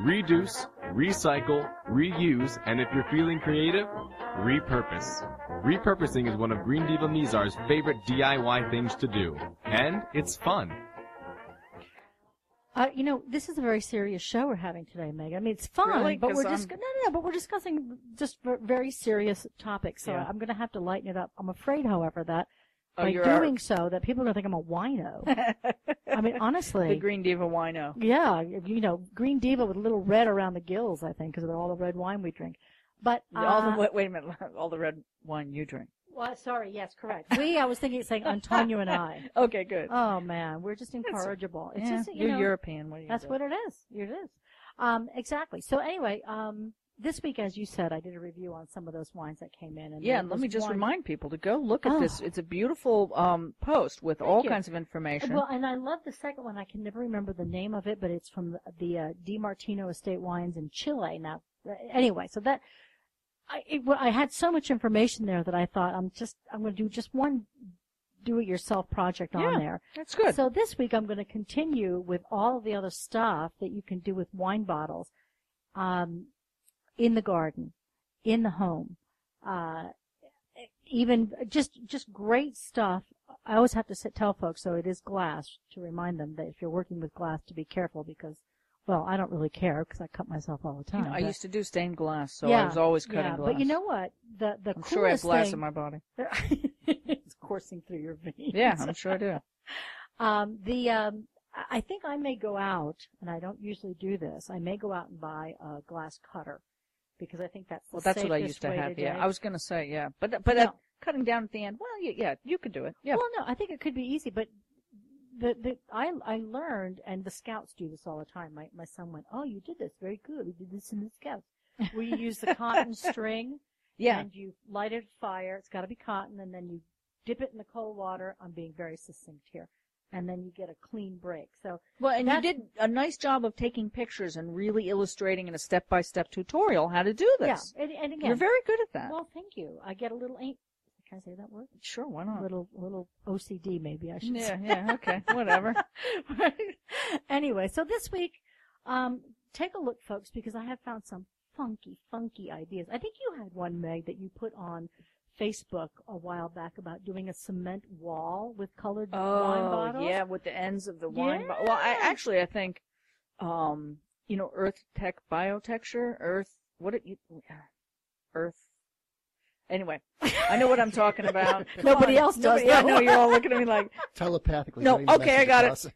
reduce, recycle, reuse, and if you're feeling creative, repurpose. Repurposing is one of Green Diva Mizar's favorite DIY things to do, and it's fun. Uh, you know, this is a very serious show we're having today, Meg. I mean, it's fun, Really? but 'Cause um, we're I'm- just no, no, no, but we're discussing just ver- very serious topics. So Yeah. I'm going to have to lighten it up. I'm afraid, however, that Oh, by you're our- doing so, that people are going to think I'm a wino. I mean, the honestly, Green Diva oh. Wino. yeah, you know, green diva with a little red around the gills, I think, because of all the red wine we drink. But uh, all the wait, wait a minute, all the red wine you drink. well, sorry, yes, correct. We, I was thinking, it's saying Antonio and I. Okay, good. Oh man, we're just incorrigible. It's Yeah, just you you're know, European. What do you That's do? what it is. It is. Um, exactly. So anyway, um, this week, as you said, I did a review on some of those wines that came in. And Yeah, there and let was me just one- remind people to go look at Oh. this. It's a beautiful um, post with all you. kinds of information. Well, and I love the second one. I can never remember the name of it, but it's from the, the uh, Di Martino Estate Wines in Chile. Now, uh, anyway, so that I it, well, I had so much information there that I thought I'm just I'm going to do just one do-it-yourself project Yeah. on there. That's good. So this week I'm going to continue with all the other stuff that you can do with wine bottles, um, in the garden, in the home, uh, even just just great stuff. I always have to sit, tell folks, so it is glass to remind them that if you're working with glass, to be careful because, well, I don't really care because I cut myself all the You time. know, I but- used to do stained glass, so I Yeah, was always cutting yeah, glass. But you know what? The the I'm coolest sure I have glass thing in my body. it's coursing through your veins. Yeah, I'm sure I do. Um, the um, I- I think I may go out, and I don't usually do this. I may go out and buy a glass cutter because I think that's the Well, that's what I safest used to way have. do yeah, it. I was gonna say yeah, but th- but uh, No. cutting down at the end. Well, yeah, yeah, you could do it. Yeah, Well, no, I think it could be easy, but the, the I I learned, and the scouts do this all the time. My my son went, "Oh, you did this very good. We did this in the scouts. Where you use the cotton string, yeah. and you light it a fire. It's got to be cotton, and then you dip it in the cold water. I'm being very succinct here, and then you get a clean break. So Well, and you that- did a nice job of taking pictures and really illustrating in a step-by-step tutorial how to do this. yeah, and, and again, You're very good at that. Well, thank you. I get a little ain't. Can I say that word? sure, why not? Little little OCD, maybe I should. Yeah, yeah, okay, whatever. Say. anyway, so this week, um, take a look, folks, because I have found some funky, funky ideas. I think you had one, Meg, that you put on Facebook a while back about doing a cement wall with colored wine bottles. Oh, yeah, with the ends of the wine. bo- well, I actually I think, um, you know, Earth Tech Biotexture, Earth. What it? You, Earth. Anyway, I know what I'm talking about. Nobody else does. Nobody- yeah, that no, one. you're all looking at me like telepathically. No, not even okay, I message got it. across.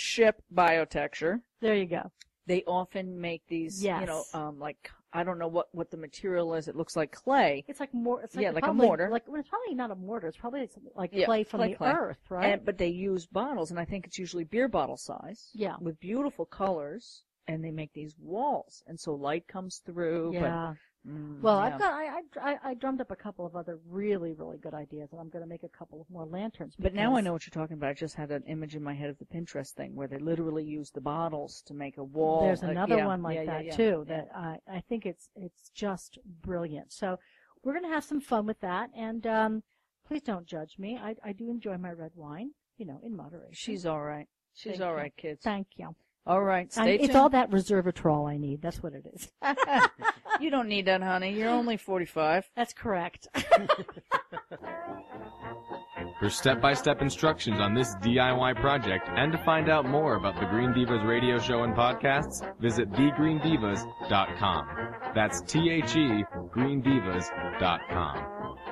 Earthship Biotexture. There you go. They often make these, you know, Yes. um, like I don't know what what the material is. It looks like clay, It's like more. It's like Yeah, like a probably- mortar. Like well, it's probably not a mortar. It's probably something like Yeah, clay from clay, the clay. earth, right? and, but they use bottles, and I think it's usually beer bottle size. Yeah. with beautiful colors, and they make these walls, and so light comes through. But yeah. Mm, Well, yeah. I've got I, I I drummed up a couple of other really really good ideas, and I'm going to make a couple of more lanterns. But now I because- know what you're talking about. I just had an image in my head of the Pinterest thing where they literally use the bottles to make a wall. there's uh, another yeah, one like yeah, yeah, that yeah. too. Yeah. That I I think it's it's just brilliant. So we're going to have some fun with that, and um, please don't judge me. I I do enjoy my red wine, you know, in moderation. She's all right. She's Thank all you. right, kids. thank you. All right, stay I, tuned. it's all that resveratrol I need. That's what it is. you don't need that, honey. You're only 45. That's correct. For step-by-step instructions on this DIY project and to find out more about the Green Divas radio show and podcasts, visit E, thegreendivas.com. That's T-H-E greendivas.com.